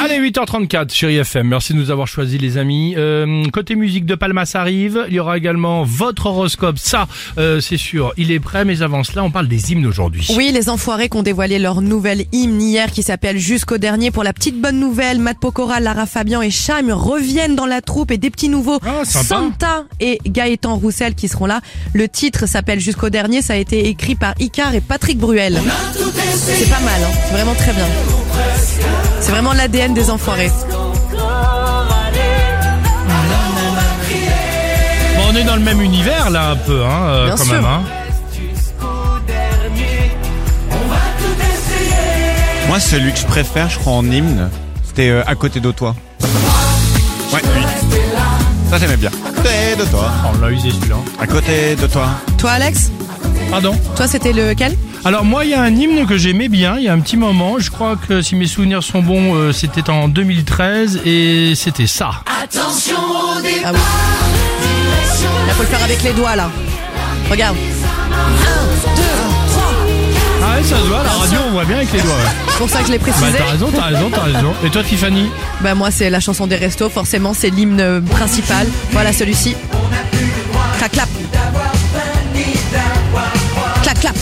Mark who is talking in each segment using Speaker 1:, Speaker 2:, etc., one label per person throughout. Speaker 1: Allez, 8h34, chérie FM. Merci de nous avoir choisis, les amis. Euh, côté musique de Palma, ça arrive. Il y aura également votre horoscope. Ça, euh, c'est sûr. Il est prêt, mais avant cela, on parle des hymnes aujourd'hui.
Speaker 2: Oui, les enfoirés qui ont dévoilé leur nouvelle hymne hier qui s'appelle Jusqu'au dernier. Pour la petite bonne nouvelle, Matt Pokora, Lara Fabian et Cham reviennent dans la troupe et des petits nouveaux
Speaker 1: Ah, sympa.
Speaker 2: Santa et Gaëtan Roussel qui seront là. Le titre s'appelle Jusqu'au dernier. Ça a été écrit par Icar et Patrick Bruel. C'est pas mal, hein. c'est vraiment très bien. C'est vraiment l'ADN des enfoirés.
Speaker 1: Bon, on est dans le même univers, là, un peu, hein, euh,
Speaker 2: Bien
Speaker 1: quand
Speaker 2: sûr.
Speaker 1: même. Hein.
Speaker 3: Moi, celui que je préfère, je crois, en hymne, c'était euh, À côté de toi. Ouais, lui. Ça, j'aimais bien. À côté de toi.
Speaker 1: Oh, on l'a usé, celui-là.
Speaker 3: À côté de toi.
Speaker 2: Toi, Alex
Speaker 1: Pardon
Speaker 2: Toi, c'était lequel
Speaker 1: Alors moi, il y a un hymne que j'aimais bien, il y a un petit moment. Je crois que si mes souvenirs sont bons, euh, c'était en 2013 et c'était ça.
Speaker 2: Ah oui. Là, faut le faire avec les doigts, là. Regarde.
Speaker 1: Ah ouais, ça se voit, la radio, on voit bien avec les doigts. ouais.
Speaker 2: C'est pour ça que je l'ai
Speaker 1: Bah
Speaker 2: précisé.
Speaker 1: t'as raison, t'as raison, t'as raison. Et toi, Tiffany
Speaker 2: Bah moi c'est la chanson des restos, forcément c'est l'hymne principal. Voilà celui-ci. Clac clap. Clac clap.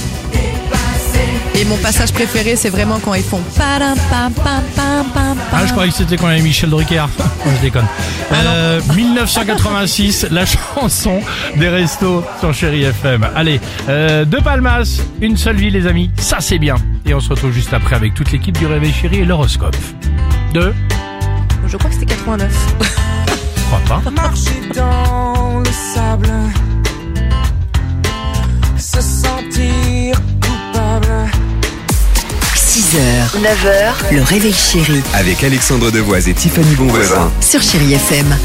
Speaker 2: Et mon passage préféré c'est vraiment quand ils font. Padam, pam, pam, pam, pam, pam.
Speaker 1: Ah, je croyais que c'était quand il y avait Michel Drucker. Non, je déconne.
Speaker 2: Ah
Speaker 1: Euh, 1986, la chanson des restos sur Chéri FM. Allez, euh, De Palmas, une seule vie, les amis. Ça, c'est bien. Et on se retrouve juste après avec toute l'équipe du Réveil Chéri et l'horoscope. Deux,
Speaker 2: Je crois que c'était 89.
Speaker 1: je crois pas.
Speaker 4: marcher dans le sable, se sentir coupable.
Speaker 5: 6h, 9h, le réveil chéri
Speaker 6: Avec Alexandre Devoise et Tiffany Bonvoisin.
Speaker 5: sur Chérie FM.